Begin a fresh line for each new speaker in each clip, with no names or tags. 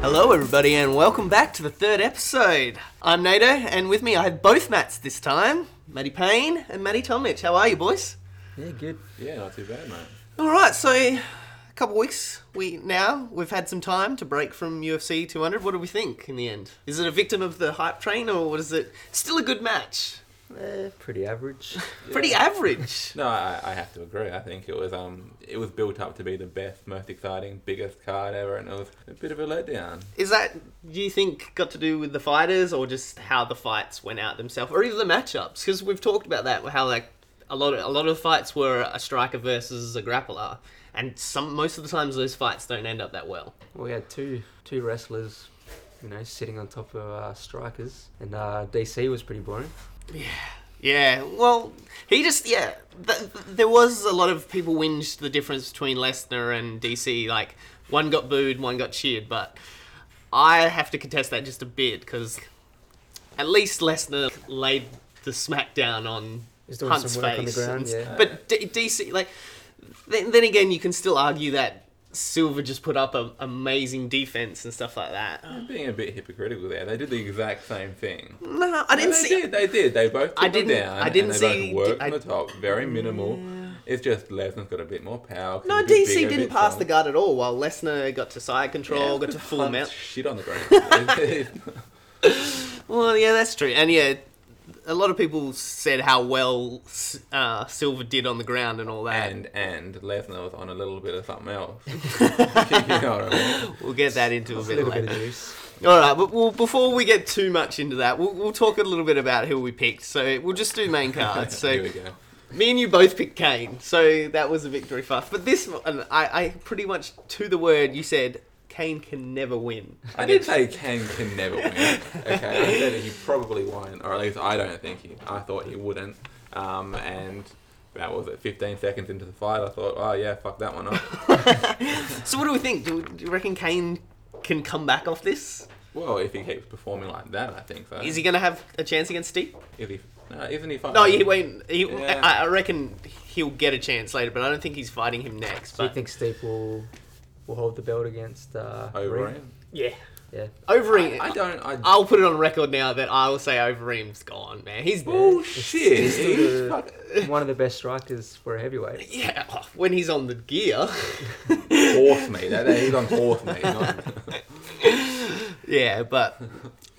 Hello, everybody, and welcome back to the third episode. I'm Nato, and with me I have both Matts this time Matty Payne and Matty Tomnich. How are you, boys?
Yeah, good.
Yeah, not too bad, mate.
All right, so a couple weeks we now we've had some time to break from UFC 200. What do we think in the end? Is it a victim of the hype train, or is it still a good match?
Eh, pretty average.
Pretty average.
No, I, I have to agree. I think it was um, it was built up to be the best, most exciting, biggest card ever, and it was a bit of a letdown.
Is that do you think got to do with the fighters, or just how the fights went out themselves, or even the matchups? Because we've talked about that, how like a lot of a lot of fights were a striker versus a grappler, and some most of the times those fights don't end up that well.
we had two two wrestlers, you know, sitting on top of uh, strikers, and uh, DC was pretty boring.
Yeah, well, he just yeah. Th- th- there was a lot of people whinged the difference between Lesnar and DC. Like one got booed, one got cheered. But I have to contest that just a bit because at least Lesnar laid the smackdown on
He's doing
Hunt's
some work on the
face. and-
ground, yeah.
But D- DC like then, then again, you can still argue that Silver just put up an amazing defense and stuff like that.
I'm being a bit hypocritical there. They did the exact same thing.
No, I didn't
they
see.
Did, they did. They both took
I
them
didn't-
down.
I didn't
and
see-
they both worked
I-
on the top. Very minimal. It's just Lesnar's got a bit more power. 'cause
No,
he's a bit
DC
bigger, a
didn't
bit
pass the
stronger.
guard at all, while Lesnar got to side control,
Yeah,
got to full
punt
mount.
Shit on the ground.
Well, yeah, that's true. And yeah, a lot of people said how well S- uh, Silver did on the ground and all that.
and and Lesnar was on a little bit of something else. you know what I mean?
we'll get that into a
A
bit
little
later.
bit of juice.
All right, but well, before we get too much into that, we'll, we'll talk a little bit about who we picked. So we'll just do main cards. So
Here we go.
me and you both picked Kane, so that was a victory for us. But this, and I, I pretty much to the word, you said Kane can never win.
I did say Kane can never win. Okay, I said that he probably won't, or at least I don't think he. I thought he wouldn't. Um, and that was it. 15 seconds into the fight, I thought, oh yeah, fuck that one up.
So what do we think? Do, do you reckon Kane can come back off this?
well, if he keeps performing like that, I think so.
Is he going to have a chance against Steve?
Is he? No, isn't he? Fighting?
No, he won't. He,
Um, Yeah.
I, I reckon he'll get a chance later, but I don't think he's fighting him next.
Do you
But
think Steep will will hold the belt against uh,
Overeem.
Reed?
yeah,
Yeah.
Overeem.
I don't. I.
I'll put it on record now that I will say Overeem's gone, man. He's
Bullshit.
He's still
Oh, He's
the-
fuck-
One of the best strikers for a heavyweight.
yeah. oh, when he's on the gear,
horse meat. That, that- he's on horse meat. Not,
yeah. But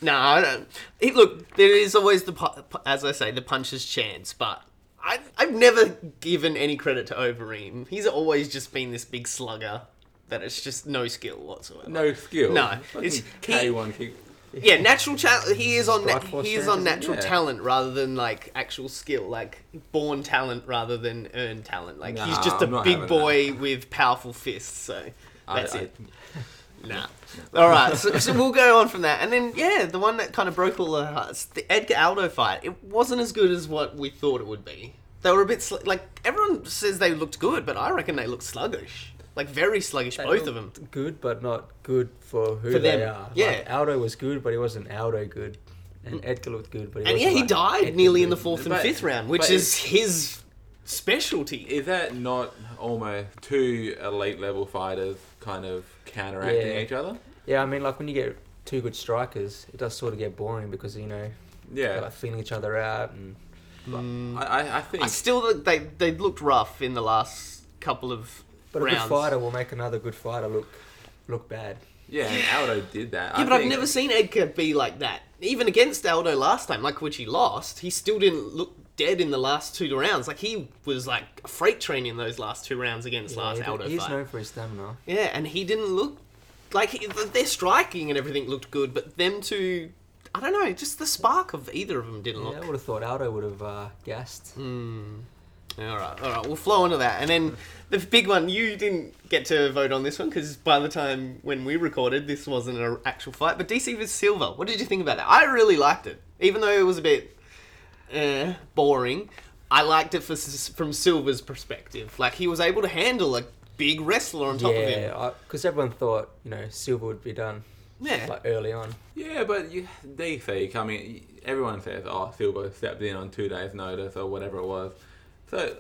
no, I don't. He, look, there is always the pu- pu- as I say the puncher's chance, but. I, I've never given any credit to Overeem. He's always just been this big slugger that it's just no skill whatsoever.
no skill.
No,
Fucking
it's- he-
K1 kick.
Yeah, natural talent. He is on.
Strike force
he is on
standards,
natural
yeah.
talent rather than like actual skill, like born talent rather than earned talent. Like he's
Nah,
just a
I'm not
big
having
boy with powerful fists. So
I-
that's
I-
it. Nah. All right, so, so we'll go on from that, and then yeah, the one that kind of broke all our hearts, the Edgar Aldo fight. It wasn't as good as what we thought it would be. They were a bit sl- like everyone says they looked good, but I reckon they looked sluggish, like very sluggish, both of them.
Good, but not good for who
For
they
them,
are.
yeah.
Like, Aldo was good, but he wasn't Aldo good. And Edgar looked good, but he
And
wasn't
yeah, he
like, Edgar
died nearly in the
good.
fourth and
But-
fifth round, which
but
is his specialty.
Is that not almost two elite level fighters kind of counteracting
Yeah.
each other?
Yeah, I mean, like when you get two good strikers, it does sort of get boring because you know they're
Yeah,
like feeling each other out and
I, I, I think.
I still they they looked rough in the last couple of
but
rounds.
a good fighter will make another good fighter look look bad.
yeah, and Aldo did that.
yeah,
I
but I've
think-
never seen Edgar be like that. Even against Aldo last time, like which he lost, he still didn't look dead in the last two rounds. Like he was like a freight train in those last two rounds against last
Yeah, he-
Aldo
he's
fight.
known for his stamina.
Yeah, and he didn't look like he, th- their striking and everything looked good, but them two, I don't know, just the spark of either of them didn't
Yeah,
look. Mm.
I would have thought Aldo would have uh, gassed.
All right, all right. We'll flow into that, and then the big one. You didn't get to vote on this one because by the time when we recorded, this wasn't an actual fight. But DC vs Silver. What did you think about that? I really liked it, even though it was a bit eh, boring. I liked it for, s- from Silver's perspective. Like he was able to handle a big wrestler on top of him.
Yeah, because everyone thought you know Silva would be done
Yeah,
like early on.
Yeah, but you, DC, I mean, everyone says, oh, Silva stepped in on two days' notice or whatever it was. So,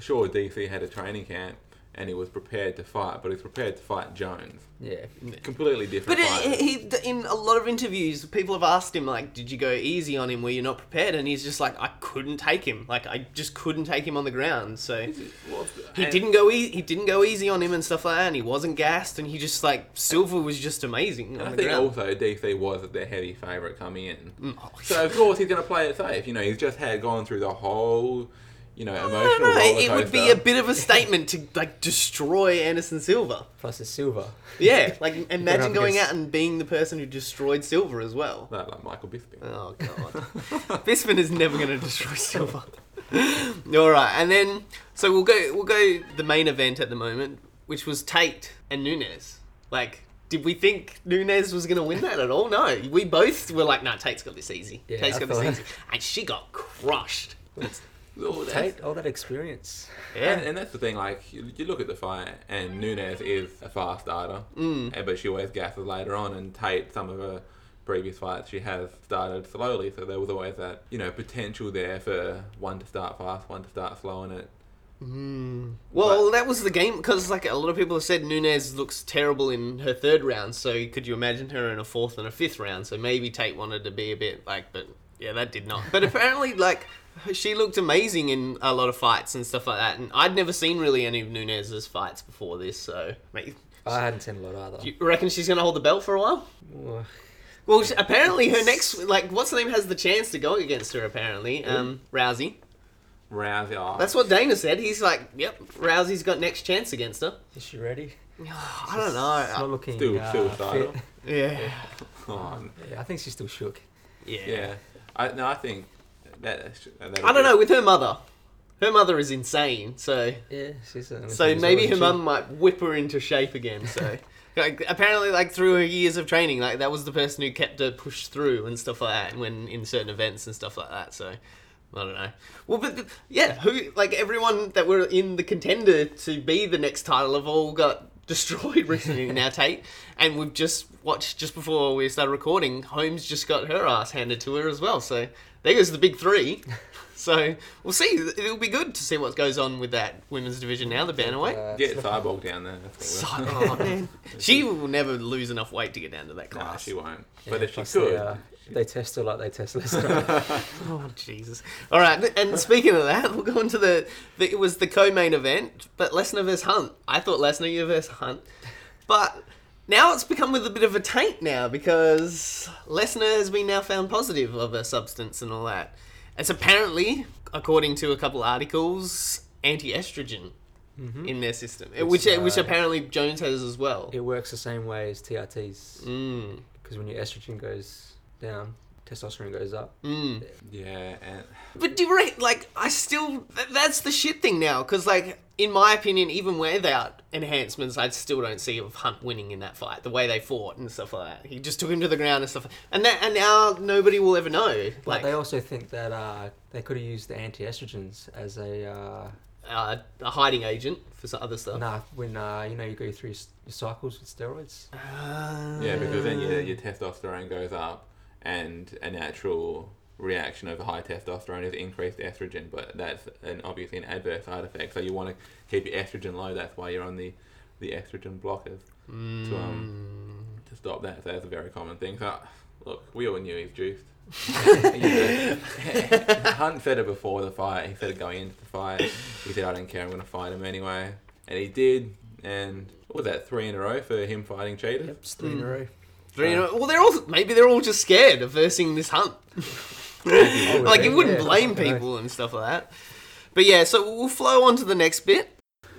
sure, DC had a training camp and he was prepared to fight, but he's prepared to fight Jones.
Yeah.
Completely different.
But
fighters.
it, he, in a lot of interviews, people have asked him like, "Did you go easy on him? Were you not prepared?" And he's just like, "I couldn't take him. Like, I just couldn't take him on the ground." So
Well,
he
and-
didn't go easy. He didn't go easy on him and stuff like that. And he wasn't gassed. And he just like Silver was just amazing
And
on
I
the
think
ground.
also DC was their heavy favourite coming in.
Oh,
So of course he's going to play it safe. You know, he's just had gone through the whole, you know,
I don't
emotional.
know.
roller
It would be
coaster.
a bit of a statement to like destroy Anderson Silva.
Plus it's silver.
Yeah, like imagine
up
going
against-
out and being the person who destroyed Silver as well.
No, like Michael Bisping.
Oh god. Bisman is never going to destroy Silver. All right, and then so we'll go we'll go the main event at the moment, which was Tate and Nunez. Like, did we think Nunez was going to win that at all? No, we both were like, "Nah, Tate's got this easy.
Yeah,
Tate's
I
got this
thought-
easy," and she got crushed.
Oh, that's-
Tate, all that experience.
And,
Yeah,
and that's the thing, like, you, you look at the fight, and Nunez is a fast starter, mm. but she always gasses later on, and Tate, some of her previous fights, she has started slowly, so there was always that, you know, potential there for one to start fast, one to start slow, and it.
well, that was the game because like a lot of people have said Nunez looks terrible in her third round. So could you imagine her in a fourth and a fifth round? So maybe Tate wanted to be a bit like, but yeah, that did not. But apparently, like she looked amazing in a lot of fights and stuff like that. And I'd never seen really any of Nunez's fights before this. So mate,
I hadn't seen a lot either.
do you reckon she's gonna hold the belt for a while?
Oh,
Well, she, apparently her next like what's her name has the chance to go against her. Apparently, um, Rousey.
Rousey, oh,
That's what Dana said. He's like, yep, Rousey's got next chance against her.
Is she ready?
I don't know.
It's not looking
Still-
uh,
still
fit.
title.
Yeah.
on.
Yeah, I think she's still shook.
Yeah.
Yeah. I, no, I think that. that
I don't know, with her mother. Her mother is insane, so
Yeah, she's. an-
so
she's
maybe
always
her
shook.
mum might whip her into shape again, so like apparently like through her years of training, like that was the person who kept her pushed through and stuff like that and when in certain events and stuff like that, so I don't know. Well, but th- yeah, who like everyone that were in the contender to be the next title have all got destroyed recently now, Tate. And we've just watched just before we started recording, Holmes just got her ass handed to her as well. So there goes the big three. So we'll see. It'll be good to see what goes on with that women's division now, the bantamweight.
Uh,
Get Cyborg down there.
So,
That's what we're-
oh, man. She will never lose enough weight to get down to that
Nah,
class.
she won't.
yeah,
but if she
plus
could,
They, uh, they test her like they test Lesnar.
Oh Jesus! All right, th- and speaking of that, we'll go on to the, the it was the co-main event, but Lesnar versus Hunt. I thought Lesnar you versus Hunt, but now it's become with a bit of a taint now because Lesnar has been now found positive of a substance and all that. It's apparently, according to a couple articles, anti-estrogen in their system, which which,
Mm-hmm. uh,
apparently Jones has as well.
it works the same way as TRTs
mm,
because when your estrogen goes down, testosterone goes up.
mm.
yeah, and
But do you re- like I still th- that's the shit thing now because like in my opinion even without enhancements I still don't see of Hunt winning in that fight the way they fought and stuff like that he just took him to the ground and stuff and that and now nobody will ever know
But
like
they also think that uh, they could have used the anti-estrogens as a uh,
uh, a hiding agent for some other stuff
nah when uh, you know you go through s- your cycles with steroids.
Uh,
yeah, because then your,
yeah
your testosterone goes up, and a natural reaction of high testosterone is increased estrogen, but that's an obviously an adverse side effect. So you want to keep your estrogen low. That's why you're on the the estrogen blockers to um to stop that. So that's a very common thing. So look, we all knew he's juiced. You know, Hunt said it before the fight. He said it going into the fight. He said, "I don't care. I'm going to fight him anyway," and he did. And what was that three in a row for him fighting cheaters?
Yep, it's three in a row.
Three in a- well they're all maybe they're all just scared of versing this Hunt like you wouldn't
Yeah,
blame
okay.
people and stuff like that. But yeah, so we'll flow on to the next bit.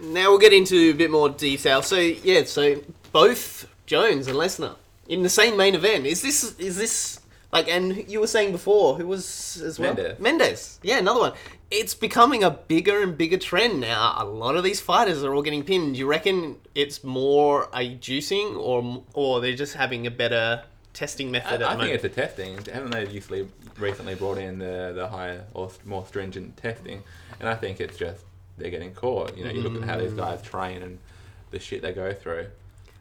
Now we'll get into a bit more detail. So yeah, so both Jones and Lesnar in the same main event. Is this is this like? And you were saying before who was as well?
Mendez.
Mendez. Yeah, another one. It's becoming a bigger and bigger trend now. A lot of these fighters are all getting pinned. Do you reckon it's more a juicing, or or they're just having a better testing
I,
method at
I
the
think
moment?
it's a testing. Haven't they usually recently brought in the, the higher or s- more stringent testing? And I think it's just they're getting caught. You know, you look at how these guys train and the shit they go through.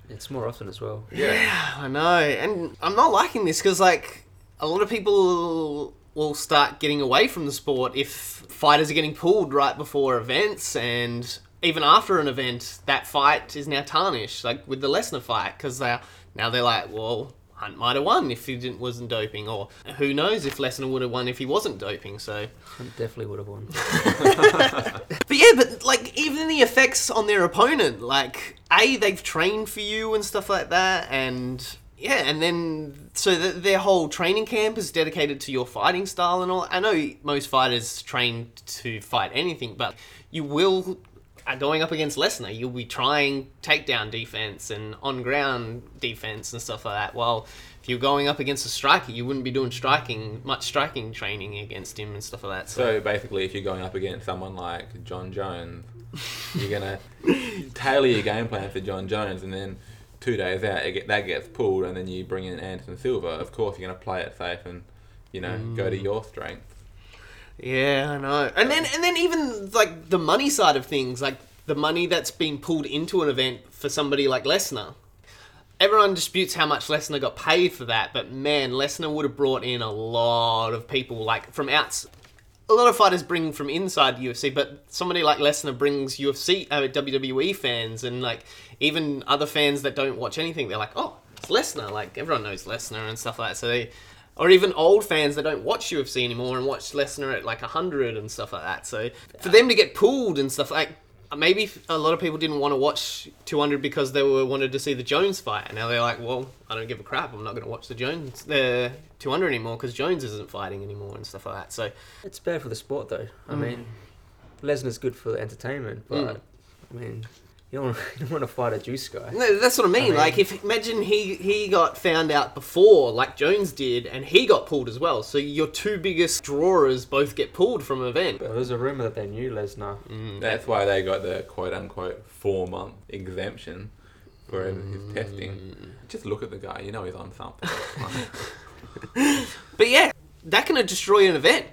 It's more often as well.
Yeah.
I know, and I'm not liking this because like a lot of people will start getting away from the sport if fighters are getting pulled right before events and even after an event that fight is now tarnished like with the Lesnar fight because they now they're like well Hunt might have won if he didn't wasn't doping or who knows if Lesnar would have won if he wasn't doping so
Hunt definitely would have won.
but yeah, but like even the effects on their opponent, like a they've trained for you and stuff like that, and yeah, and then so th their whole training camp is dedicated to your fighting style and all. I know most fighters train to fight anything, but you will are going up against Lesnar, you'll be trying takedown defense and on ground defense and stuff like that. Well, if you're going up against a striker, you wouldn't be doing striking much striking training against him and stuff like that. So,
So basically, if you're going up against someone like John Jones, you're gonna tailor your game plan for John Jones, and then two days out, it get, that gets pulled, and then you bring in Anderson Silva. Of course, you're gonna play it safe and you know go to your strength.
Yeah, I know. And then and then even like the money side of things, like the money that's been pulled into an event for somebody like Lesnar. Everyone disputes how much Lesnar got paid for that, but man, Lesnar would have brought in a lot of people like from outs. A lot of fighters bring from inside UFC, but somebody like Lesnar brings UFC, uh, WWE fans, and like even other fans that don't watch anything. They're like, oh, it's Lesnar. Like everyone knows Lesnar and stuff like that. So they, or even old fans that don't watch UFC anymore and watch Lesnar at like 100 and stuff like that. So for them to get pulled and stuff like maybe a lot of people didn't want to watch 200 because they were wanted to see the Jones fight and now they're like, well, I don't give a crap. I'm not going to watch the Jones the 200 anymore because Jones isn't fighting anymore and stuff like that. So
It's bad for the sport, though. I mean, Lesnar's good for entertainment, but I mean, you don't, you don't want to fight a juice guy.
No, that's what I mean.
I mean-
like, if imagine he he got found out before, like Jones did, and he got pulled as well. So your two biggest drawers both get pulled from an event.
There was a rumor that they knew Lesnar.
That's why they got the quote unquote four month exemption for his testing. Just look at the guy, you know he's on something.
But yeah, that can destroy an event.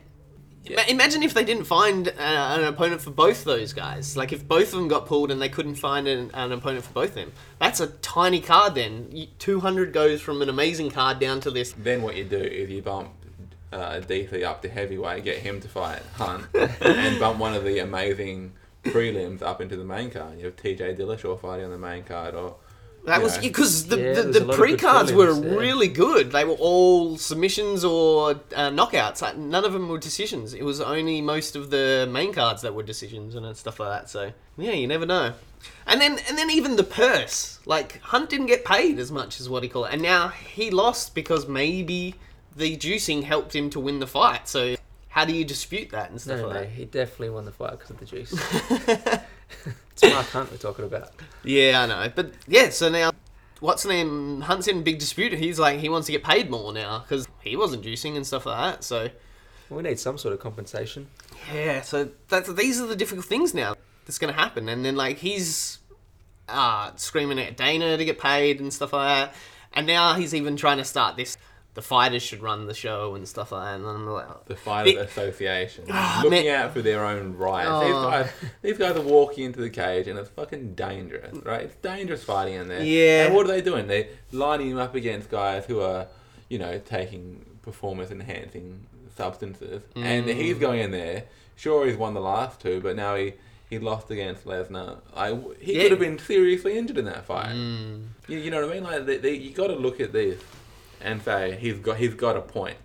Yeah.
Ima- Imagine if they didn't find uh, an opponent for both those guys. Like if both of them got pulled and they couldn't find an, an opponent for both of them. That's a tiny card. Then two hundred goes from an amazing card down to this.
Then what you do is you bump uh, DC up to heavyweight, get him to fight Hunt, and bump one of the amazing prelims up into the main card. You have TJ Dillashaw fighting on the main card, or
That
you
was
know.
because the,
Yeah,
the,
there's
the
a lot of
pre
good
cards were
prelims, yeah.
really good. They were all submissions or uh, knockouts. Like, none of them were decisions. It was only most of the main cards that were decisions and uh, stuff like that. So yeah, you never know. And then and then even the purse. Like Hunt didn't get paid as much as what he called, it. and now he lost because maybe the juicing helped him to win the fight. So how do you dispute that and stuff
No,
like
no,
that?
he definitely won the fight because of the juice. it's Mark Hunt we're talking about.
Yeah, I know. But yeah, so now what's the name? Hunt's in a big dispute. He's like he wants to get paid more now because he wasn't juicing and stuff like that. So
We need some sort of compensation.
yeah, so that's these are the difficult things now that's gonna happen. And then like he's uh, screaming at Dana to get paid and stuff like that. And now he's even trying to start this. The fighters should run the show and stuff like that. And I'm like,
the Fighters
The- Ah,
Association, looking
man.
out for their own rights. These,
Oh.
guys, these guys are walking into the cage, and it's fucking dangerous, right? It's dangerous fighting in there.
Yeah.
And what are they doing? They're lining him up against guys who are, you know, taking performance-enhancing substances,
Mm.
and he's going in there. Sure, he's won the last two, but now he. He lost against Lesnar. I, he
Yeah. Mm.
could have been seriously injured in that fight. You, you know what I mean? Like they, they, you got to look at this and say he's got he's got a point.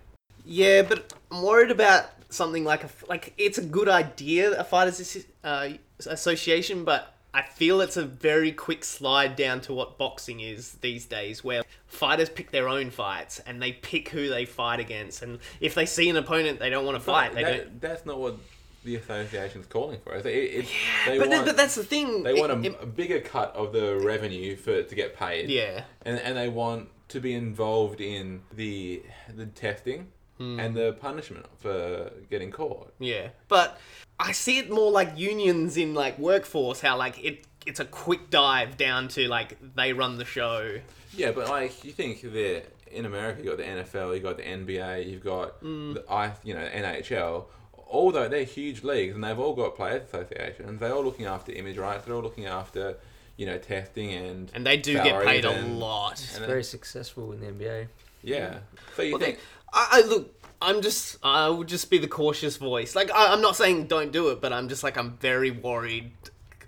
Yeah, but I'm worried about something like a like it's a good idea, a fighters assi- uh, association, but I feel it's a very quick slide down to what boxing is these days, where fighters pick their own fights and they pick who they fight against, and if they see an opponent they don't want to fight,
But
they
that-
don't.
That's not what the association's calling for. It, it, they
But, th-
want,
but that's the thing.
they
it-
want a,
it-
a bigger cut of the revenue for to get paid.
yeah.
and and they want to be involved in the the testing
Hmm.
and the punishment for getting caught.
Yeah, but I see it more like unions in like workforce, how like it it's a quick dive down to like they run the show.
Yeah, but like you think that in America you got the NFL, you got the NBA, you've got
Mm.
the I, you know NHL. Although they're huge leagues and they've all got players associations, they're all looking after image rights. They're all looking after you know testing and
And they do get
salaries
paid a
and-
lot.
and
Very successful in the NBA.
Yeah. So you
Well,
think
they- I, I look. I'm just. I would just be the cautious voice. Like I, I'm not saying don't do it, but I'm just like I'm very worried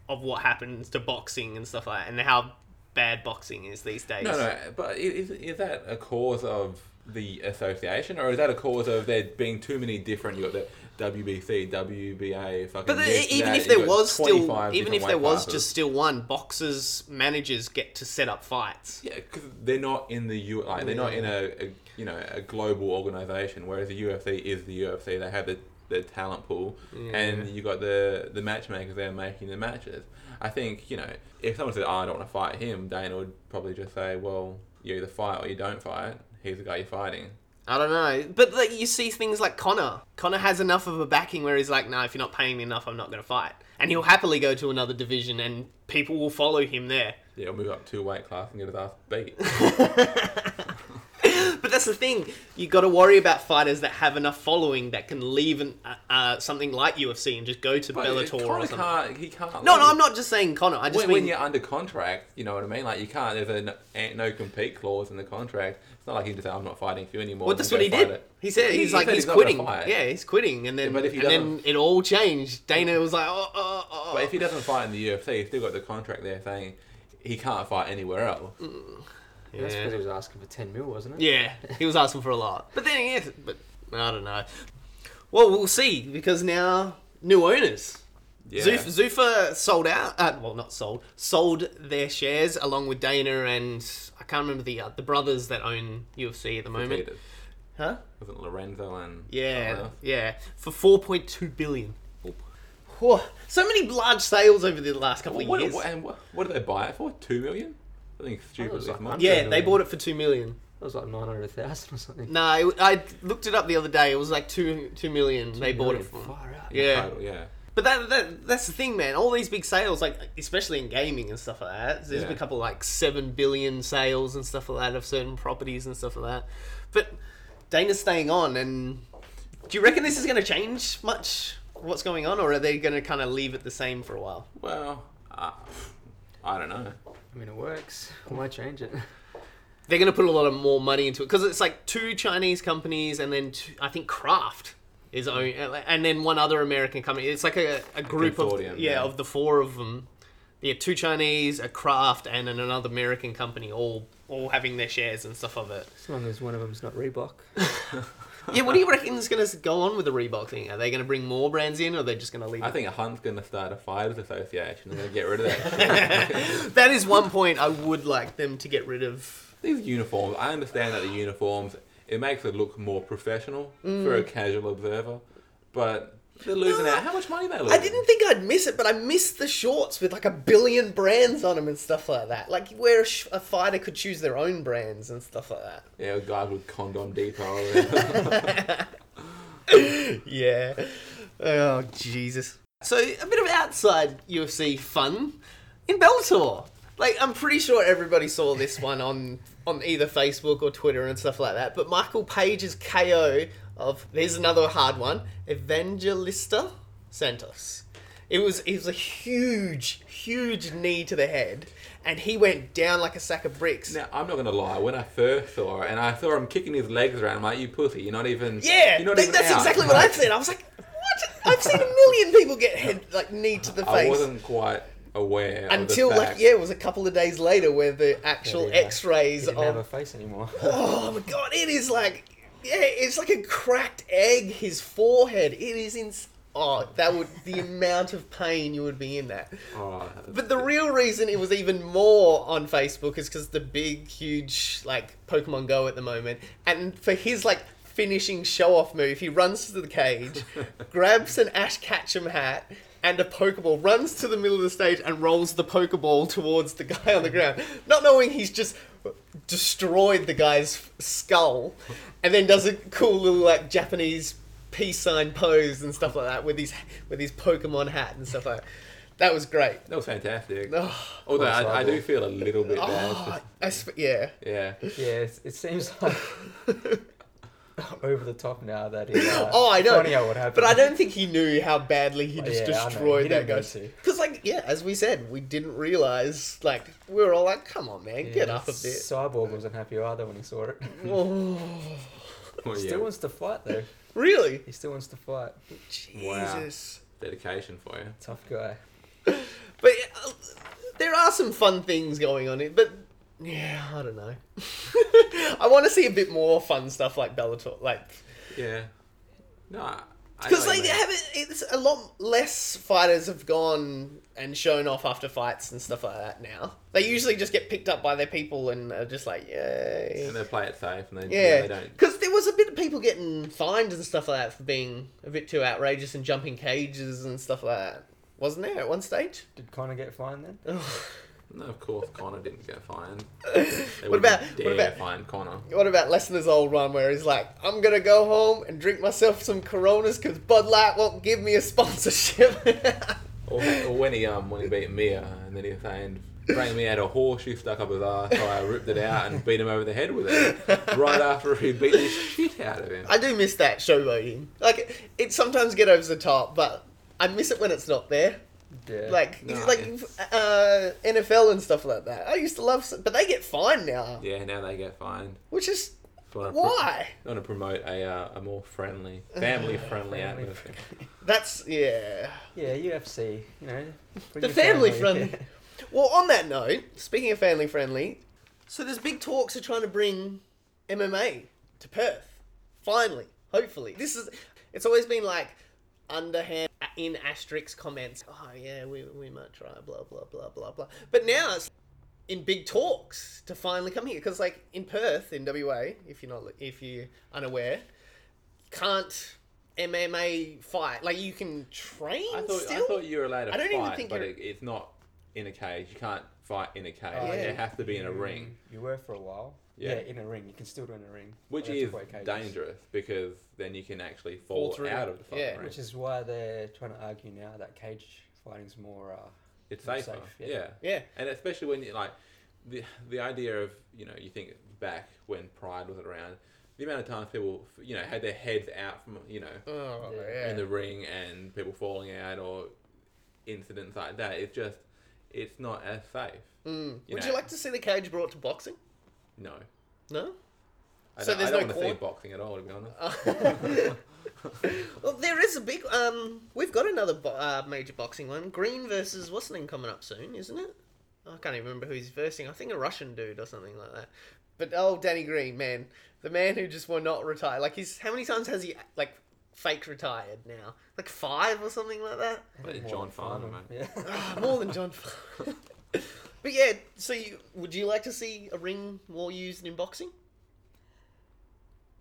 of what happens to boxing and stuff like that, and how bad boxing is these days.
No, no, but i- is, is that a cause of the association, or is that a cause of there being too many different? You got the WBC, WBA, fucking.
But the-
this,
even
that,
if
you
there
got
was
25
still, even
different
if there
weight
was
classes.
just still one, boxers managers get to set up fights.
Yeah, because they're not in the U. Like, they're not in a, a you know a global organization. Whereas the UFC is the UFC. They have the, the talent pool, and you got the the matchmakers there making the matches. I think you know if someone said, oh, "I don't want to fight him," Dana would probably just say, "Well, you either fight or you don't fight. He's the guy you're fighting."
I don't know, but like you see things like Connor. Connor has enough of a backing where he's like, "No, if you're not paying me enough, I'm not going to fight," and he'll happily go to another division, and people will follow him there.
Yeah, he'll move up two weight class and get his ass beat.
But that's the thing. You got to worry about fighters that have enough following that can leave an, uh, uh, something like UFC and just go to
But
Bellator
Conor
or something.
Can't, he can't.
No,
leave.
no, I'm not just saying Connor. I just
When,
mean
when you're under contract, you know what I mean. Like you can't. There's a no, ain't no compete clause in the contract. It's not like he just say, "I'm not fighting for you anymore."
Well,
and
that's
go
what he
fight
did.
it.
He said
He
he's like
said
he's,
he's not gonna
quitting.
fight.
Yeah, he's quitting, and then
Yeah, but if he
and then
doesn't-
it all changed. Dana was like, oh, oh, oh.
But if he doesn't fight in the UFC, he's still got the contract there saying he can't fight anywhere else.
Mm.
Yeah, That's because
Yeah.
he was asking for 10 mil, wasn't it?
yeah, he was asking for a lot. But then yes, but I don't know. Well, we'll see because now new owners.
Yeah.
Zuf- Zufa sold out. Uh, well, not sold. Sold their shares along with Dana and I can't remember the uh, the brothers that own UFC at the moment.
Peters.
Huh?
Was it Lorenzo and someone
Yeah,
else?
yeah. For four point two billion. Whoa, so many large sales over the last couple
What,
of
what,
years.
what, and what, what did they buy it for? Two million? Something
was
stupid.
like
like mine.
hundred.
yeah, they bought it for two million.
That was like 900,000 or something.
No, it- I looked it up the other day. It was like two two million. they bought it for.
Far out.
Yeah,
Total, yeah.
but that, that that's the thing, man. All these big sales, like especially in gaming and stuff like that. There's
Yeah.
been a couple like seven billion sales and stuff like that of certain properties and stuff like that. But Dana's staying on, and do you reckon this is going to change much? What's going on, or are they going to kind of leave it the same for a while?
Well, uh, I don't know.
I mean, it works. Why change it?
They're going to put a lot of more money into it because it's like two Chinese companies, and then two, I think Kraft is own, and then one other American company. It's like a, a group of yeah,
consortium, yeah.
of the four of them. Yeah, two Chinese, a Kraft, and then another American company, all all having their shares and stuff of it.
As long as one of them's not Reebok.
Yeah, what do you reckon is going to go on with the Reebok thing? Are they going to bring more brands in, or are they just going to leave?
I
it?
think Hunt's going to start a fighters association. They're going to get rid of that.
that is one point I would like them to get rid of.
These uniforms, I understand that the uniforms, it makes it look more professional for a
Mm.
casual observer, but they're losing out. How much money they losing?
I didn't think I'd miss it, but I missed the shorts with like a billion brands on them and stuff like that. Like where a, sh- a fighter could choose their own brands and stuff like that.
Yeah, guys with condom depot. and-
yeah. Oh Jesus. So a bit of outside UFC fun in Bellator. Like I'm pretty sure everybody saw this one on on either Facebook or Twitter and stuff like that. But Michael Page's KO of there's another hard one, Evangelista Santos. It was it was a huge huge knee to the head, and he went down like a sack of bricks.
now, I'm not gonna lie. When I first saw it, and I saw him kicking his legs around, I'm like, "You pussy! You're not even."
Yeah,
you're not
that-
even
that's
out."
exactly what I said. I was like, what? I've seen a million people get head like knee to the
I
face
wasn't quite aware
until
of the
like
fact.
yeah, it was a couple of days later where the actual
Yeah, yeah. He
X-rays
didn't have a
of
face anymore.
oh my god, it is like yeah, it's like a cracked egg. His forehead, it is in. Oh, that would the amount of pain you would be in that.
Oh,
But the real reason it was even more on Facebook is because the big, huge, like, Pokemon Go at the moment. And for his, like, finishing show off move, he runs to the cage, grabs an Ash Ketchum hat and a Pokeball, runs to the middle of the stage and rolls the Pokeball towards the guy on the ground, not knowing he's just destroyed the guy's skull, and then does a cool little, like, Japanese peace sign pose and stuff like that with his with his Pokemon hat and stuff like that. That was great.
that was fantastic.
Oh,
Although
Well,
I, I do
Cyborg.
feel a little bit bad.
I sp- Ah, yeah.
Yeah.
yeah, it's, it seems like over the top now that he. Uh,
Oh, I know.
Finding out what happened.
But I don't think he knew how badly he
Oh,
just
yeah, I know.
destroyed
He
that
didn't
guy.
mean to.
Because, like, yeah, as we said, we didn't realize. Like, we were all like, "Come on, man,
Yeah,
get up a bit."
Cyborg wasn't happy either when he saw it.
Oh.
Well,
Still wants to fight though.
Really?
He still wants to fight.
Wow.
Jesus.
dedication for you.
Tough guy.
But uh, there are some fun things going on here, but yeah, I don't know. I want to see a bit more fun stuff like Bellator, like
Yeah. No, I- I
because
know
like
what you
they
mean.
haven't. It's a lot less fighters have gone and shown off after fights and stuff like that. Now they usually just get picked up by their people and are just like, yay.
and they play it safe and they, yeah. they
Yeah,
don't.
because there was a bit of people getting fined and stuff like that for being a bit too outrageous and jumping cages and stuff like that, wasn't there at one stage?
Did Connor get fined then?
No, of course Connor didn't get fined. They
What
what
about-
about
what
dare
about-
fine Connor?
What about Lesnar's old one where he's like, I'm gonna go home and drink myself some Coronas because Bud Light won't give me a sponsorship.
Or, or when he um when he beat Mia and then he was saying Bring me out a horseshoe stuck up his ass, so I ripped it out and beat him over the head with it. Right after he beat the shit out of him.
I do miss that showboating. Like, it sometimes get over the top, but I miss it when it's not there.
Yeah.
Like,
No,
like uh, NFL and stuff like that. I used to love, but they get fined now,
Yeah, now they get fined.
which is
Wanna pro-
why. Uh,
wanna promote a uh, a more friendly, family friendly atmosphere.
That's yeah.
Yeah, UFC. You know. bring
The
your
family
Yeah.
friendly. Well, on that note, speaking of family friendly, so there's big talks of trying to bring MMA to Perth. Finally, hopefully. This is it's always been like underhand in asterisk comments. Oh yeah, we we might try blah blah blah blah blah. But now it's in big talks to finally come here because like in Perth in WA, if you're not if you're unaware, can't MMA fight. Like you can train
I thought
still.
I thought you were allowed to
I don't even
fight,
think
but
you're-
it, it's not in a cage. You can't fight in a cage.
Oh,
yeah.
You have to be in a ring,
You were for a while.
Yeah.
Yeah. in a ring. You can still do it in a ring.
which
You don't have
is
to break cages.
dangerous because then you can actually fall
through.
out of the fucking
Yeah.
ring.
Which is why they're trying to argue now that cage fighting's more. Uh,
it's
more
safer.
safe, yeah.
yeah.
yeah.
and especially when you like the the idea of you know you think back when Pride was around, the amount of times people you know had their heads out from you know
Oh
Yeah.
yeah.
in the ring and people falling out or incidents like that. It's just it's not as safe.
Mm.
you
Would
know.
you like to see the cage brought to boxing?
No.
No.
I
So
don't,
there's
I don't
no Uh,
want to see
court?
boxing at all, to be honest.
well, there is a big. Um, we've got another bo- uh, major boxing one. Green versus what's the name coming up soon, isn't it? I can't even remember who he's versing. I think a Russian dude or something like that. But oh, Danny Green, man, the man who just will not retire. Like he's how many times has he like fake retired now? Like five or something like that.
Like
more
John
fun,
Farnham, mate.
Yeah.
Ah, more than John. Farmer. but yeah, so you, would you like to see a ring more used in boxing?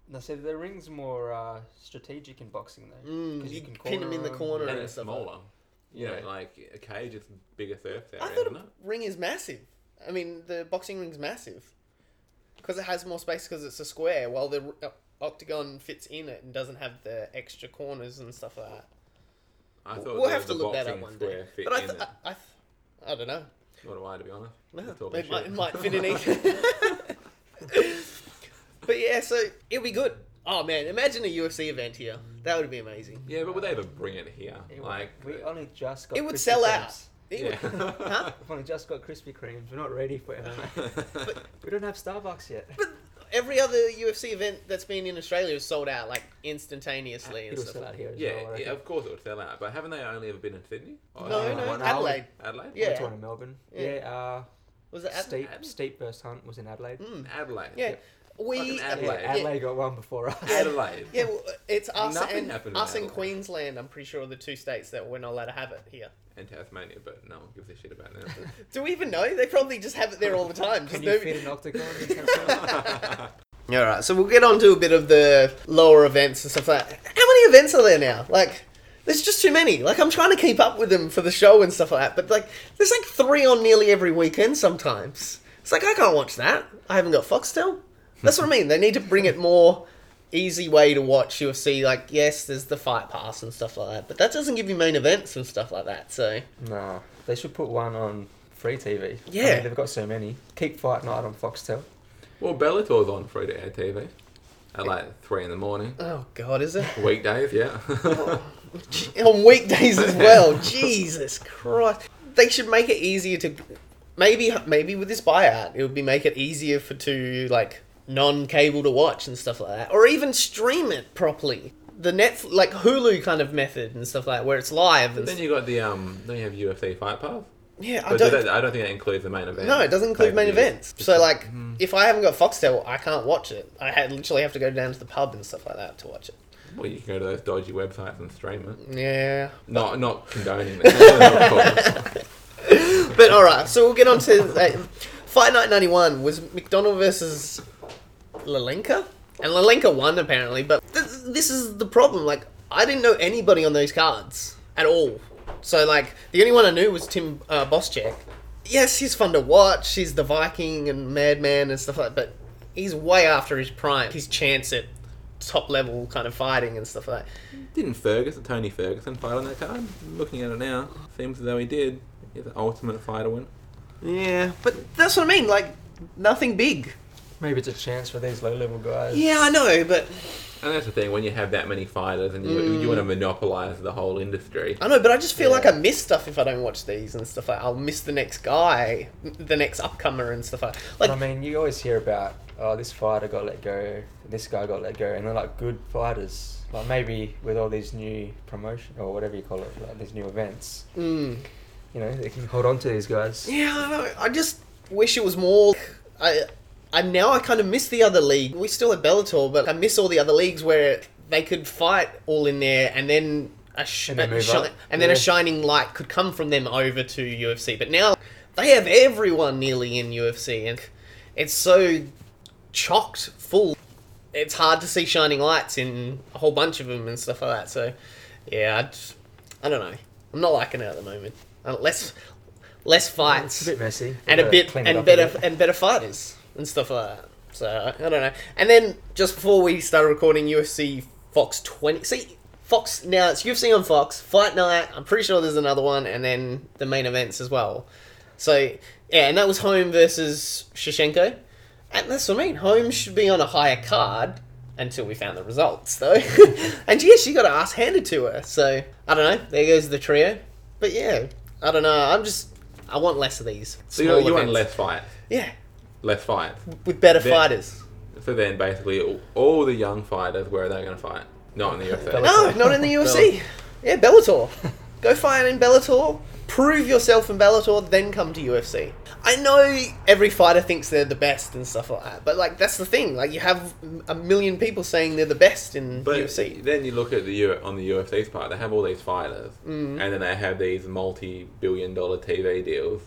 No, so the ring's more uh, strategic in boxing though,
Mm,
because
you can pin 'em in the
'em.
corner.
And
and
it's
stuff
smaller. You
Yeah.
know, like a cage is bigger surface
I
area,
thought
isn't
a
it?
ring is massive. I mean, the boxing ring's massive because it has more space because it's a square, while the r- uh, octagon fits in it and doesn't have the extra corners and stuff like that.
I thought
We'll
the,
have to
the
look that up
boxing
one
square
day.
Fit
But I,
in
th-
it.
I, I, th- I don't know.
Not do I, to be honest.
No,
Just talking
it, might,
shit.
it might fit in each. but yeah, so it'll be good. Oh man, imagine a UFC event here. That would be amazing.
Yeah, but would they ever bring it here?
It would-
like, uh,
we only just got.
It would
Krispy
sell out.
Kremes.
It
yeah.
would- huh?
We've only just got Krispy Kremes. We're not ready for MMA. we don't have Starbucks yet.
Every other UFC event that's been in Australia is sold out like instantaneously and
It'll
stuff.
sell out here as well. I
yeah, yeah,
reckon.
of course it would sell out. But haven't they only ever been in Sydney? Or
No,
Uh,
no,
one hour.
Adelaide
Adelaide?
Yeah.
Which one in Melbourne?
Yeah.
Yeah. uh,
was it? Hmm. Ad-
steep,
Adelaide?
steep burst hunt was in Adelaide.
Mm,
Adelaide.
Yeah,
Yep.
we
Fucking
Yeah,
Adelaide.
Yeah.
Adelaide got one before us.
Adelaide.
Yeah, well, it's us
Nothing
and
happened in
us and
Adelaide.
Queensland. I'm pretty sure are the two states that we're not allowed to have it here.
And Tasmania, but no one gives a shit about
Do we even know? They probably just have it there all the time. Just
Can you
nobody-
fit an octagon? in Tasmania?
that.
All right, so we'll get on to a bit of the lower events and stuff like that. How many events are there now? Like, there's just too many. Like, I'm trying to keep up with them for the show and stuff like that, but like, there's like three on nearly every weekend sometimes. It's like, I can't watch that. I haven't got Foxtel. That's what I mean. They need to bring it more easy way to watch UFC. Like, yes, there's the fight pass and stuff like that, but that doesn't give you main events and stuff like that, so.
nah, they should put one on free TV. I
Yeah.
mean, they've got so many. Keep Fight Night on Foxtel.
well, Bellator's on free to air TV at like 3 in the morning.
Oh, God, is it?
Weekdays, yeah.
Oh. on weekdays as well. Jesus Christ! They should make it easier to maybe maybe with this buyout, it would be make it easier for to like non-cable to watch and stuff like that, or even stream it properly. The net like Hulu kind of method and stuff like that, where it's live.
But
And
then you got the um. Then you have UFC Fight Pass.
yeah, I
But I
don't.
don't, I don't think that includes the main event.
no, it doesn't include main
Pay-per-view.
events. So like,
Hmm.
if I haven't got Foxtel, I can't watch it. I had, literally have to go down to the pub and stuff like that to watch it.
Well, you can go to those dodgy websites and stream
Mm.
it.
Yeah,
Not not condoning that.
but all right. So we'll get on to uh, Fight Night '91 was McDonald versus Lalenka, and Lalenka won apparently. But th- this is the problem. Like, I didn't know anybody on those cards at all. So like, the only one I knew was Tim uh, Boschek. Yes, he's fun to watch. He's the Viking and Madman and stuff like. that, But he's way after his prime. His chance at top level kind of fighting and stuff like. that.
Didn't Ferguson, Tony Ferguson, fight on that card? Looking at it now, seems as though he did. He's the ultimate fighter win.
Yeah, but that's what I mean. Like, nothing big.
Maybe it's a chance for these low level guys.
Yeah, I know, but
And that's the thing when you have that many fighters and you,
Mm.
you want to monopolize the whole industry.
I know, but I just feel
Yeah.
like I miss stuff if I don't watch these and stuff. Like, I'll miss the next guy, the next upcomer and stuff. Like, like
But I mean, you always hear about, oh, this fighter got let go, this guy got let go, and they're like good fighters. Like maybe with all these new promotion or whatever you call it, like these new events,
mm,
you know, they can hold on to these guys.
yeah, I, know, I just wish it was more. I, I now I kind of miss the other league. We still have Bellator, but I miss all the other leagues where they could fight all in there and then a, sh-
And then
a
move
shi-
up.
and then a
Yeah.
shining light could come from them over to UFC. But now they have everyone nearly in UFC, and it's so chocked full. It's hard to see shining lights in a whole bunch of them and stuff like that. So, yeah, I, just, I don't know. I'm not liking it at the moment. Uh, Less, less
It's
fights
a bit messy.
and a
Gotta
bit
clean it
and
up a
better
bit.
and better fighters and stuff like that. So I don't know. And then just before we started recording UFC Fox 20, see Fox now it's UFC on Fox Fight Night. I'm pretty sure there's another one, and then the main events as well. So yeah, and that was Home versus Shashenko, and that's what I mean. Home should be on a higher card until we found the results though. and yeah, she got her ass handed to her. So I don't know. There goes the trio. But yeah, I don't know. I'm just I want less of these.
So you,
small
you want
events.
less fights,
Yeah,
less fights.
with better
Then-
fighters.
So then basically all, all the young fighters, where are they going to fight? Not in the UFC.
Bellator.
No, not in the UFC. yeah, Bellator. Go fight in Bellator. Prove yourself in Bellator, then come to UFC. I know every fighter thinks they're the best and stuff like that, but like that's the thing. Like you have a million people saying they're the best in
But
UFC.
then you look at the U- on the UFC's part, they have all these fighters,
Mm.
and then they have these multi-billion-dollar TV deals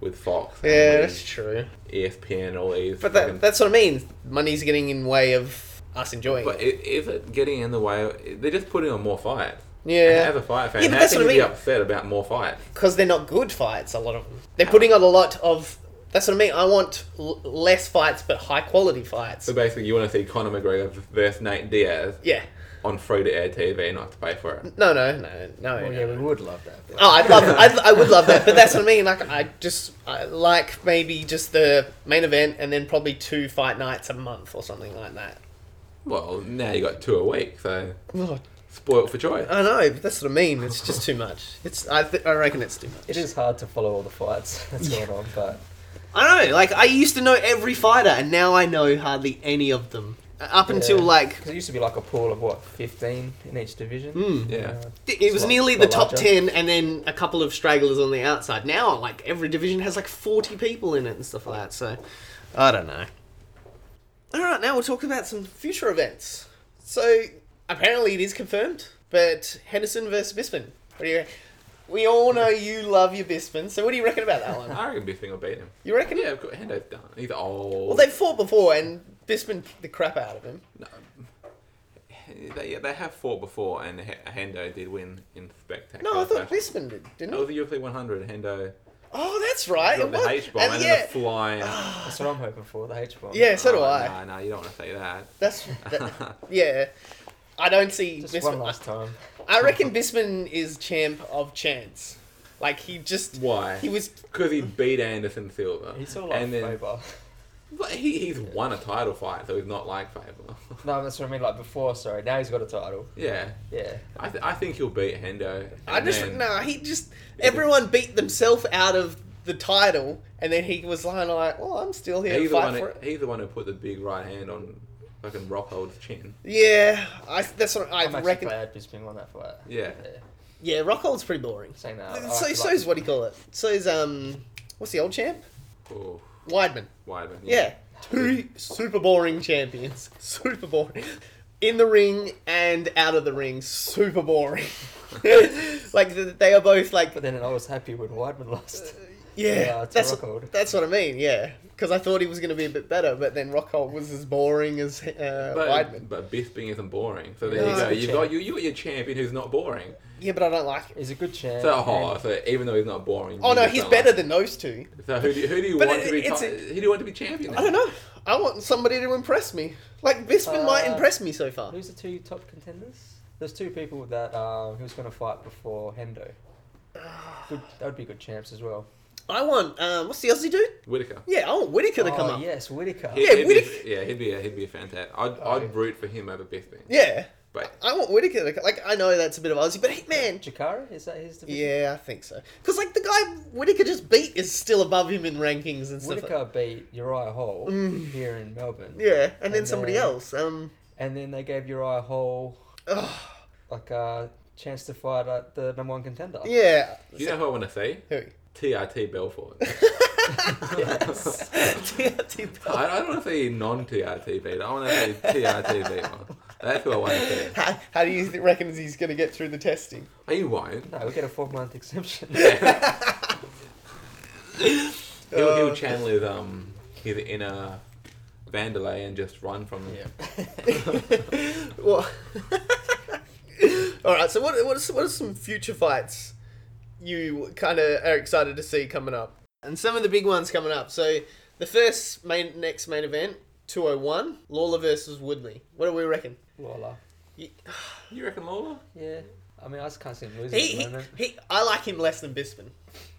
with Fox, and
Mm.
E
Yeah,
with
that's true.
ESPN, all these.
But
fucking-
that, that's what I mean. Money's getting in way of us enjoying.
but
it.
i- is it getting in the way? Of, they're just putting on more fights.
Yeah.
And as a fight fan,
Yeah, but
how
that's
can
what I
you be
mean.
upset about more fights?
because they're not good fights. A lot of them. They're putting on a lot of. That's what I mean. I want l- less fights, but high quality fights.
So basically, you want to see Conor McGregor versus Nate Diaz
Yeah.
on free-to-air TV, and not have to pay for it.
No, no, no, no.
Well,
no.
Oh, yeah, we would love that. but-
Oh, I'd love, I'd, I would love that, but that's what I mean. Like, I just I like maybe just the main event, and then probably two fight nights a month or something like that.
Well, now you got two a week, so
Oh,
spoilt for choice.
I know, but that's what I mean. It's just too much. It's I, th- I reckon it's too much.
It is hard to follow all the fights that's going on, but
I know. Like, I used to know every fighter, and now I know hardly any of them. Uh, Up until
Yeah.
like
'cause it used to be like a pool of what fifteen in each division.
Mm.
Yeah.
Uh,
it was
Lot-
nearly the
lot
top
larger.
ten, and then a couple of stragglers on the outside. Now, like every division has like forty people in it and stuff like that. So, I don't know. All right, now we'll talk about some future events. So, apparently, it is confirmed, but Henderson versus Bisping. What do you? We all know you love your Bisping. So, what do you reckon about that one?
I reckon Bisping will beat him.
You reckon?
Yeah, of course. Hendo's done. He's
Well,
old.
they fought before, and Bisping kicked the crap out of him.
No. They, they have fought before, and H- Hendo did win in spectacular.
No, I thought
fashion.
Bisping did,
That
didn't he?
was the UFC 100. Hendo
Oh, that's right.
got
It
the
was.
H bomb and,
And
then
yeah,
the flying.
That's what I'm hoping for. The H bomb.
yeah. So do
Oh,
I.
No, no, you don't want to say that.
That's that, yeah. I don't see
Just
Bisman.
one last time.
I reckon Bisman is champ of chance. Like he just
Why?
he was
Because he beat Anderson Silva.
He's all like
and then,
Faber.
But he, he's won a title fight, so he's not like Faber.
No, that's what I mean. Like before, sorry. Now he's got a title.
yeah.
Yeah.
I, th- I think he'll beat Hendo.
I
and
just
then-
nah, he just everyone beat themselves out of the title, and then he was lying like, "Well, I'm still here,
He's
to
the,
fight
one
for
who,
it."
he's the one who put the big right hand on fucking Rockhold's chin.
Yeah, I that's what I
I'm actually
reckon.
glad Bisping won that fight.
Yeah.
Yeah, Rockhold's pretty boring.
Saying that. Uh, I
so
like-
so is what do you call it? So is um, what's the old champ?
Oh,
Weidman.
Weidman.
Yeah, two super boring champions. Super boring. In the ring and out of the ring, super boring. like th- they are both like
But then I was happy when Weidman lost.
Yeah,
Yeah, it's
that's
Rockhold.
that's what I mean. Yeah, because I thought he was going to be a bit better, but then Rockhold was as boring as uh, Weidman.
But, but Bisping isn't boring. So there
No,
you
he's
go.
the
You've got, you, you got your champion who's not boring.
Yeah, but I don't like him.
He's a good champ.
So, oh, so even though he's not boring.
Oh
you
no,
just
he's
don't
better
like
than those two.
him. So who do, you- who do you
But
want
it-
to be?
it's
ti-
a-
who do you want to be champion?
I don't know. I want somebody to impress me. Like Bisping
Uh,
might impress me so far.
Who's the two top contenders? There's two people that um, he was going to fight before Hendo. Good, that would be good champs as well.
I want um, what's the Aussie dude?
Whitaker.
Yeah, I want Whitaker to come
oh,
up.
yes, Whitaker.
He'd-
Yeah,
he'd be-
Whittaker-
yeah, he'd be a, he'd be a fantastic. I'd,
Oh,
I'd
yeah.
root for him over Bisping.
Yeah,
But
I want Whitaker to co- like. I know that's a bit of Aussie, but he, man.
Jakara, is that his division?
Yeah, I think so. Because like the guy Whitaker just beat is still above him in rankings and stuff. Like.
Whitaker beat Uriah Hall here in Melbourne.
Mm. Yeah, and, then
And uh,
somebody
then-
else. Um, oh,
And then they gave Uriah Hall
ugh,
like a chance to fight uh, the number one contender.
yeah.
you know who I want to see?
Who?
TRT Belfort.
Yes.
TRT Bell.
I, I don't want to see non TRT beat. I want to see TRT beat one. That's who I want to see.
How, how do you th- reckon he's going to get through the testing?
He won't.
no, we get a four month exemption.
He'll,
Uh,
he'll channel his um his inner Vanderlei and just run from them.
Well, all right. So what what are, what are some future fights you kind of are excited to see coming up? And some of the big ones coming up. So the first main next main event, two hundred one, Lawler versus Woodley. What do we reckon?
Lawler.
You reckon Lola?
Yeah. I mean, I just can't see him losing
He,
at
he,
the moment.
he I like him less than Bisping.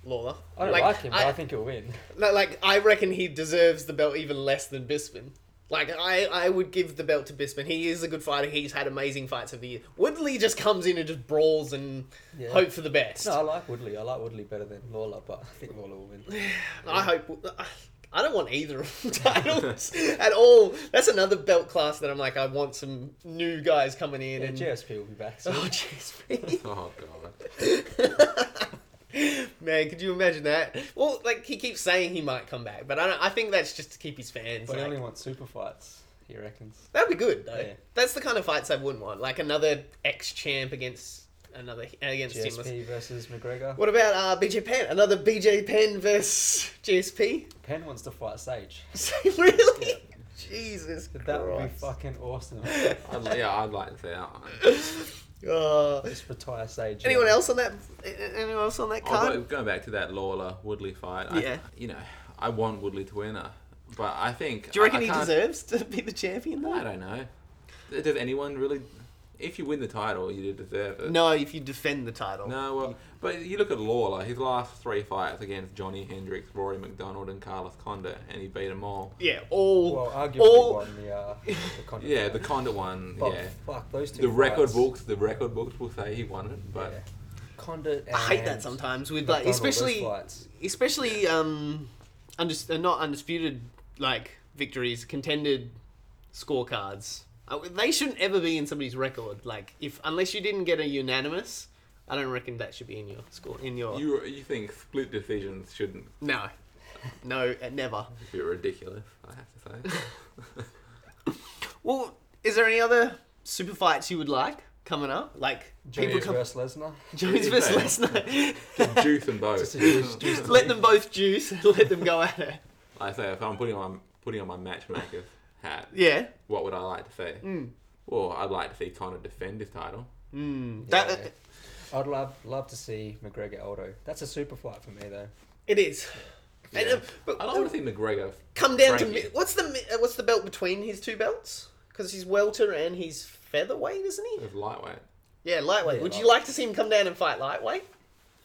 Lawler.
I don't like, him, but I, think he'll win.
No, like I reckon he deserves the belt even less than Bisping. Like I, I would give the belt to Bisping. He is a good fighter. He's had amazing fights of the year. Woodley just comes in and just brawls and
Yeah.
hope for the best.
No, I like Woodley. I like Woodley better than Lawler, but I think Lawler will win.
I hope. I don't want either of them titles at all. That's another belt class that I'm like, I want some new guys coming in.
Yeah,
and
GSP will be back. So.
oh jeez,
Oh god.
man, could you imagine that? Well, like he keeps saying he might come back, but I don't. I think that's just to keep his fans.
but he
like-
only wants super fights, he reckons.
That'd be good though.
Yeah.
That's the kind of fights I wouldn't want. Like another ex champ against another against him.
GSP versus McGregor.
What about uh, BJ Penn? Another BJ Penn versus GSP?
Penn wants to fight Sage.
really? Jesus
That
Christ.
would be fucking awesome.
I'd, li- yeah, I'd like to uh, see that one.
Oh.
Just retire Sage.
Anyone
yeah.
else on that? Anyone else on that
Although,
card?
going back to that Lawler Woodley fight, I,
Yeah.
you know, I want Woodley to win her, but I think
Do you reckon
I, I
he
can't-
deserves to be the champion though?
I don't know. Does anyone really? If you win the title, you deserve it.
No, if you defend the title.
No, well, but you look at Lawler. His last three fights against Johnny Hendricks, Rory McDonald, and Carlos Condit, and he beat them all.
Yeah, all.
Well, arguably
all-
won the, uh, the contract.
Yeah, the Condit one.
But
yeah,
fuck, those two
the record
fights.
books. The record books will say he won it, but
Yeah. Condit and
I hate that sometimes with like,
McDonald, those
especially
fights.
especially um undis- uh, not undisputed like victories contended scorecards I w- they shouldn't ever be in somebody's record like if unless you didn't get a unanimous i don't reckon that should be in your score in your
you you think split decisions shouldn't
no no uh, never
be ridiculous? I have to say.
well is there any other super fights you would like coming up like
Jones
people come
versus Lesnar.
Jones versus Lesnar
Just juice them
Just
both.
a huge juice to
let them both juice and let them go at it
I say if I'm putting on my putting on my matchmaker's hat,
yeah Hmm.
what would I like to see? Well, I'd like to see Conor defend his title.
mm,
Yeah,
that,
yeah. I'd love love to see McGregor Aldo. That's a super fight for me though.
it is And,
Yeah.
uh, but-
I don't want to see McGregor.
come down to
Frankie.
mi- what's the mi- uh, what's the belt between his two belts? Because he's welter and he's featherweight, isn't he?
It's lightweight.
Yeah, lightweight.
Yeah,
Would you
lightweight.
like to see him come down and fight lightweight?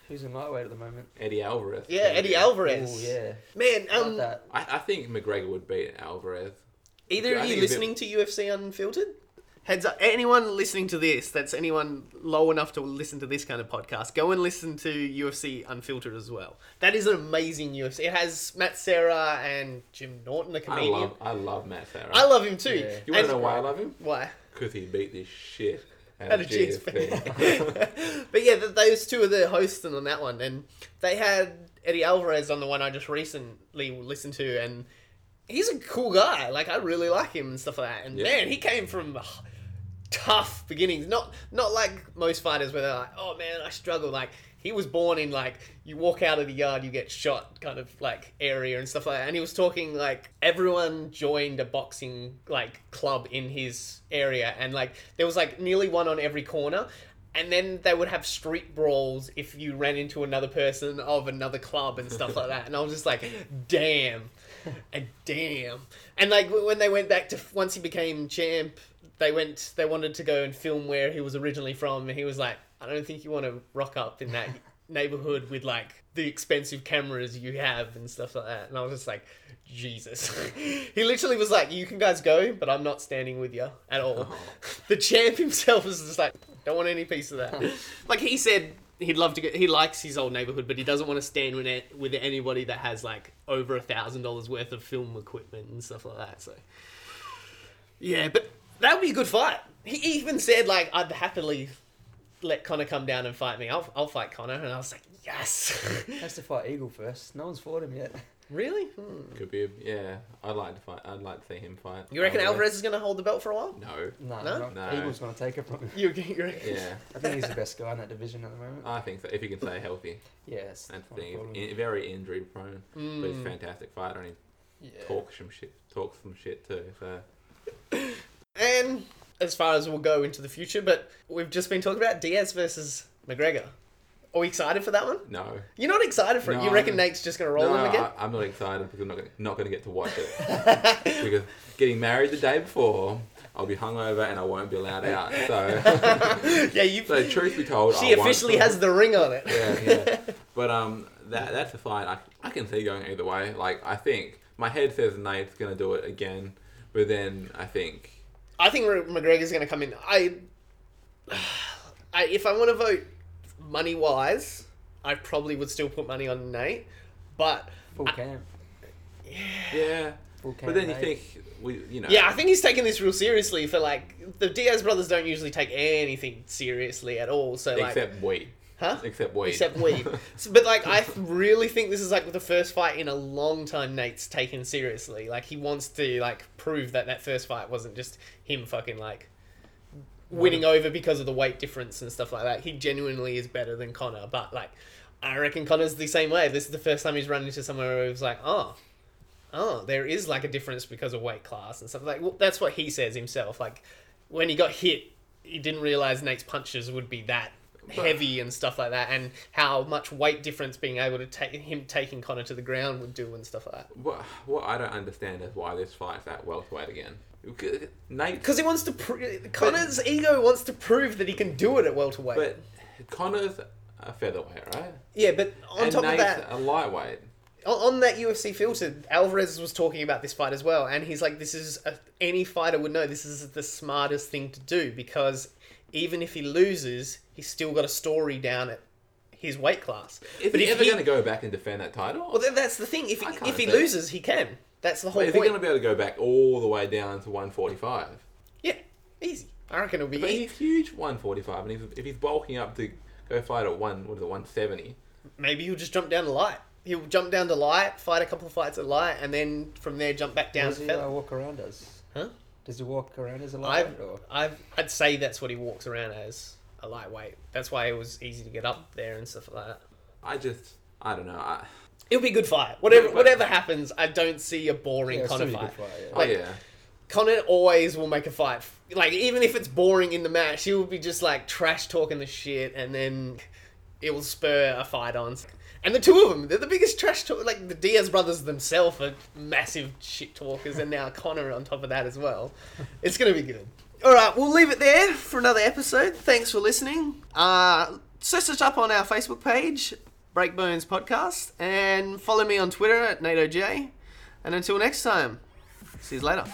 Who's in lightweight at the moment?
Eddie Alvarez.
Yeah, Eddie Alvarez.
Oh yeah,
Man,
love
um,
that.
I, I think McGregor would beat Alvarez.
either of you
I think a bit-
listening to UFC Unfiltered? Heads up, anyone listening to this, that's anyone low enough to listen to this kind of podcast, go and listen to UFC Unfiltered as well. That is an amazing UFC. It has Matt Serra and Jim Norton, the
I
comedian.
love, I love Matt Farah.
I love him too.
Yeah.
you want
And-
to know why I love him?
Why?
Because he beat the shit out,
Out
of
of
GSP.
GSP. but yeah, th- those two are the hosts on that one, and they had Eddie Alvarez on the one I just recently listened to, and he's a cool guy. Like I really like him and stuff like that. And
Yeah.
man, he came from ugh, tough beginnings. Not not like most fighters where they're like, oh man, I struggle. Like he was born in like you walk out of the yard, you get shot kind of like area and stuff like that. And he was talking like everyone joined a boxing like club in his area, and like there was like nearly one on every corner. And then they would have street brawls if you ran into another person of another club and stuff like that. And I was just like, damn and damn and like w- when they went back to once he became champ they went they wanted to go and film where he was originally from and he was like i don't think you want to rock up in that neighborhood with like the expensive cameras you have and stuff like that and i was just like jesus he literally was like you can guys go but i'm not standing with you at all the champ himself was just like don't want any piece of that like he said he'd love to get he likes his old neighborhood but he doesn't want to stand with, it, with anybody that has like over a thousand dollars worth of film equipment and stuff like that so yeah but that would be a good fight he even said like i'd happily let connor come down and fight me i'll, I'll fight connor and i was like yes
Has to fight Eagle first. No one's fought him yet.
really Hmm.
Could be, a, yeah. I'd like to fight. I'd like to see him fight.
you reckon
Alvarez?
alvarez is going to hold the belt for a while
No.
No,
No?
no.
No.
Eagle's gonna take it from him. Ah.
you, you reckon
Yeah,
I think he's the best guy in that division at the moment.
I think so. If he can stay healthy,
yeah, that's
that's the
not a
thing.
problem.
He's in, very injury prone, but he's a
Mm.
fantastic fighter and he
Yeah.
talks some shit. Talks some shit too. So
and as far as we'll go into the future but we've just been talking about diaz versus mcgregor are we excited for that one
no.
You're not excited for it.
No,
You
I
reckon
don't-
Nate's just gonna roll
no,
him again?
I, I'm not excited because I'm not gonna, not going to get to watch it. because getting married the day before, I'll be hungover and I won't be allowed out. So,
yeah, you.
so truth be told,
she
I won't-
officially has the ring on it.
yeah, yeah. But um, that that's a fight I, I can see going either way. Like I think my head says Nate's gonna do it again, but then I think
I think Re- McGregor's gonna come in. I, I if I want to vote money wise, I probably would still put money on Nate, but
Full camp.
yeah.
Full camp. eh?
But then you
mate.
think we you know
Yeah, I think he's taking this real seriously. For like the Diaz brothers don't usually take anything seriously at all. So like,
except weed
huh?
except weed
except weed. So, but like, I th- really think this is like the first fight in a long time Nate's taken seriously. Like, he wants to like prove that that first fight wasn't just him fucking like winning over because of the weight difference and stuff like that. He genuinely is better than Connor, but like, I reckon Connor's the same way. This is the first time he's run into somewhere where he was like, oh. Oh, there is like a difference because of weight class and stuff like. Well, that's what he says himself. Like, when he got hit, he didn't realize Nate's punches would be that heavy and stuff like that, and how much weight difference being able to take him taking Connor to the ground would do and stuff like that.
what what I don't understand is why this fight's at welterweight again. Nate
Because he wants to, pro- Connor's ego wants to prove that he can do it at welterweight.
but Connor's a featherweight, right?
yeah, but on
and
top
Nate's
of that,
a lightweight.
on on that UFC filter, Alvarez was talking about this fight as well, and he's like, "This is a, any fighter would know this is the smartest thing to do because even if he loses, he's still got a story down at his weight class.
Is
but
he
if
ever
he-
going to go back and defend that title?
well, th- that's the thing. If
I
he,
can't
if he
say.
loses, he can. That's the whole
is he
point.
going to be able to go back all the way down to 145?
Yeah, easy. I reckon it'll be
But
easy.
he's huge, 145, and if, if he's bulking up to go fight at one, what is it, 170?
Maybe he'll just jump down to light. He'll jump down to light, fight a couple of fights at light, and then from there jump back
What
down
does
to
he uh,
feather.
walk around as?
Huh?
Does he walk around as a lion?
I've,
Or
I've, I'd say that's what he walks around as a lightweight. That's why it was easy to get up there and stuff like that.
I just, I don't know. I,
It'll be a good fight. Whatever
but-
whatever happens, I don't see a boring
Yeah, it's
Connor
gonna be a
fight.
good fight, yeah.
oh
Like,
yeah,
Connor always will make a fight. Like even if it's boring in the match, he will be just like trash talking the shit, and then it will spur a fight on. And the two of them, they're the biggest trash talk. Like the Diaz brothers themselves are massive shit talkers, and now Connor on top of that as well. It's gonna be good. All right, we'll leave it there for another episode. Thanks for listening. Uh, search us up on our Facebook page, Breakbones Podcast, and follow me on Twitter at NatoJ. And until next time, see you later.